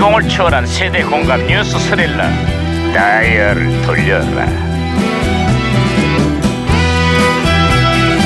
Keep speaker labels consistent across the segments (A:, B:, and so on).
A: 감동을 초월한 세대 공감 뉴스 스릴러 다이얼을 돌려라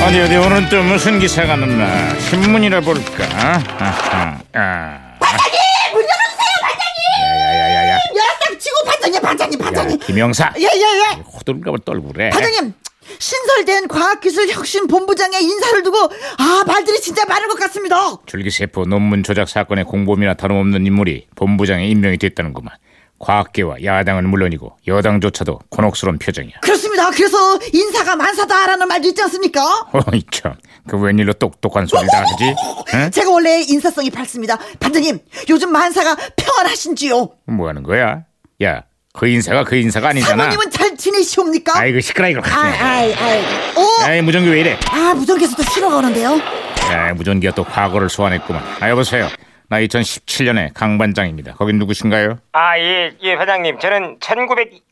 A: 어디 어디 오늘은 또 무슨 기사가 났나 신문이라 볼까 아하, 아.
B: 반장님 문 열어주세요 반장님
A: 야야야야야
B: 열었다 치고 반장님 반장님
A: 야
B: 반장님
A: 김영사
B: 예예예
A: 호들갑을 떨구래
B: 반장님 신설된 과학기술혁신본부장의 인사를 두고 아 말들이 진짜 많은 것 같습니다
A: 줄기세포 논문 조작 사건의 공범이나 다름없는 인물이 본부장에 임명이 됐다는구만 과학계와 야당은 물론이고 여당조차도 곤혹스러운 표정이야
B: 그렇습니다 그래서 인사가 만사다라는 말도 있지 않습니까
A: 어이 참그 웬일로 똑똑한 소리다 하지? 응?
B: 제가 원래 인사성이 밝습니다 반장님 요즘 만사가 평안하신지요
A: 뭐 하는 거야? 야, 그 인사가 그 인사가 아니잖아.
B: 사모님은 잘 지내시옵니까
A: 아이고 시끄러 이거.
B: 아이 아이 아이 어? 오아
A: 아이 무전기 왜 이래?
B: 무전기에서 또 신호가 오는데요
A: 아, 무전기가 또 과거를 소환했구만. 아 여보세요. 나 2017년에 강 반장입니다. 거긴 누구신가요?
C: 아, 예, 예, 회장님. 저는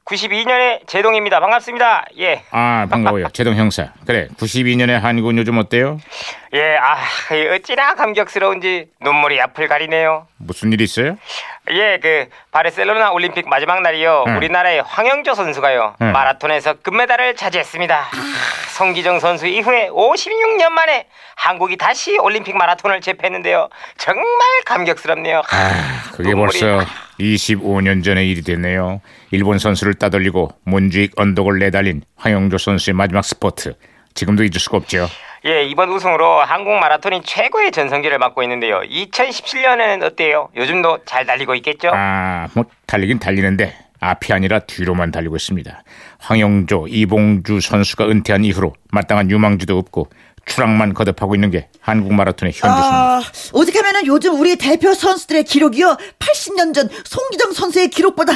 C: 1992년에 제동입니다. 반갑습니다. 예.
A: 아 반가워요, 제동 형사. 그래, 92년에 한국은 요즘 어때요?
C: 예, 아, 이 어찌나 감격스러운지 눈물이 앞을 가리네요.
A: 무슨 일 있어요?
C: 예, 그 바르셀로나 올림픽 마지막 날이요.
A: 응.
C: 우리나라의 황영조 선수가요.
A: 응.
C: 마라톤에서 금메달을 차지했습니다. 아, 성기정 선수 이후에 56년 만에 한국이 다시 올림픽 마라톤을 제패했는데요. 정말 감격스럽네요.
A: 아, 그게
C: 눈물이-
A: 벌써 25년 전의 일이 됐네요. 일본 선수를 따돌리고 문주익 언덕을 내달린 황영조 선수의 마지막 스포트. 지금도 잊을 수가 없죠.
C: 예, 이번 우승으로 한국 마라톤이 최고의 전성기를 맞고 있는데요. 2017년에는 어때요? 요즘도 잘 달리고 있겠죠?
A: 아, 뭐 달리긴 달리는데 앞이 아니라 뒤로만 달리고 있습니다. 황영조, 이봉주 선수가 은퇴한 이후로 마땅한 유망주도 없고 추락만 거듭하고 있는 게 한국 마라톤의 현재 상황.
B: 아, 오직하면은 요즘 우리 대표 선수들의 기록이요 80년 전 송기정 선수의 기록보다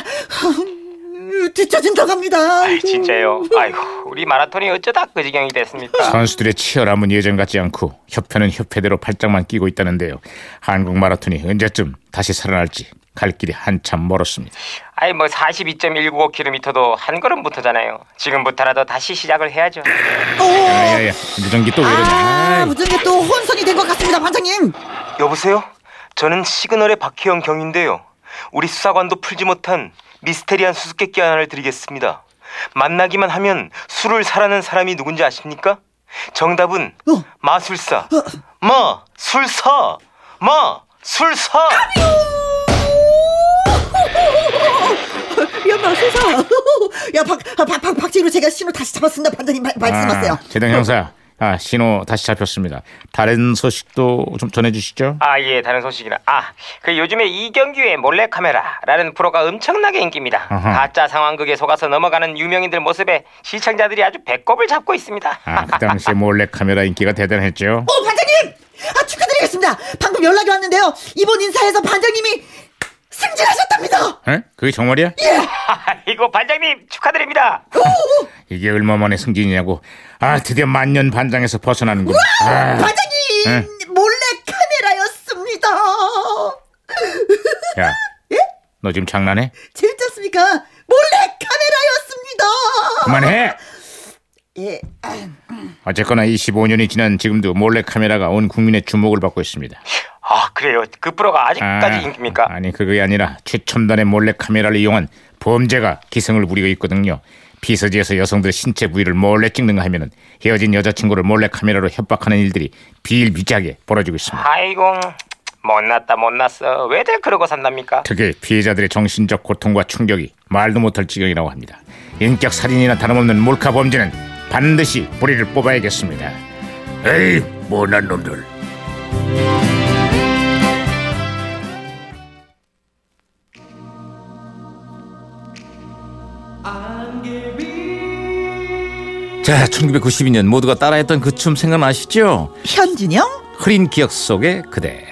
B: 뒤쳐진다고 합니다.
C: 아이, 진짜요. 아이고, 우리 마라톤이 어쩌다 그 지경이 됐습니까?
A: 선수들의 치열함은 예전 같지 않고 협회는 협회대로 팔짱만 끼고 있다는데요. 한국 마라톤이 언제쯤 다시 살아날지 갈 길이 한참 멀었습니다.
C: 아이, 뭐 42.195km도 한 걸음부터잖아요. 지금부터라도 다시 시작을 해야죠.
B: 오,
A: 야야야, 무전기 또 왜 예, 이러냐?
B: 어. 아,
A: 아이,
B: 무슨 게 또 혼선이 된 것 같습니다, 반장님.
C: 여보세요? 저는 시그널의 박희영 경인데요. 우리 수사관도 풀지 못한 미스테리한 수수께끼 하나를 드리겠습니다. 만나기만 하면 술을 사라는 사람이 누군지 아십니까? 정답은
B: 어.
C: 마술사. 마 술사. 마 술사.
B: 아, 야, 막 세상. 야, 박, 아, 박, 박, 박진으로 제가 신호 다시 잡았습니다, 반장님 말- 말씀하세요.
A: 제동 형사, 아 신호 다시 잡혔습니다. 다른 소식도 좀 전해주시죠.
C: 아, 예, 다른 소식이나. 아, 그 요즘에 이경규의 몰래카메라라는 프로가 엄청나게 인기입니다.
A: 아하.
C: 가짜 상황극에 속아서 넘어가는 유명인들 모습에 시청자들이 아주 배꼽을 잡고 있습니다.
A: 아, 그 당시에 몰래 카메라 인기가 대단했죠.
B: 오, 어, 반장님, 아 축하드리겠습니다. 방금 연락이 왔는데요, 이번 인사에서 반장님이 승진하셨답니다. 예!
A: 에? 그게 정말이야?
C: 아, 이거 반장님 축하드립니다.
A: 이게 얼마 만에 승진이냐고. 아, 드디어 만년 반장에서 벗어나는군. 아,
B: 반장님
A: 응.
B: 몰래 카메라였습니다.
A: 야, 너 지금 장난해?
B: 재밌지 않습니까? 몰래 카메라였습니다.
A: 그만해.
B: 예. 아,
A: 어쨌거나 25년이 지난 지금도 몰래 카메라가 온 국민의 주목을 받고 있습니다.
C: 아, 그래요. 그 프로가 아직까지 인기입니까?
A: 아니 그게 아니라 최첨단의 몰래 카메라를 이용한 범죄가 기승을 부리고 있거든요. 비서지에서 여성들의 신체 부위를 몰래 찍는가 하면은 헤어진 여자친구를 몰래 카메라로 협박하는 일들이 비일비재하게 벌어지고 있습니다.
C: 아이고 음, 못났다 못났어. 왜들 그러고 산답니까?
A: 특히 피해자들의 정신적 고통과 충격이 말도 못할 지경이라고 합니다. 인격 살인이나 다름없는 몰카 범죄는 반드시 뿌리를 뽑아야겠습니다. 에이, 못난 놈들.
D: 자, 1992년 모두가 따라했던 그 춤 생각나시죠?
B: 현진영?
D: 흐린 기억 속의 그대.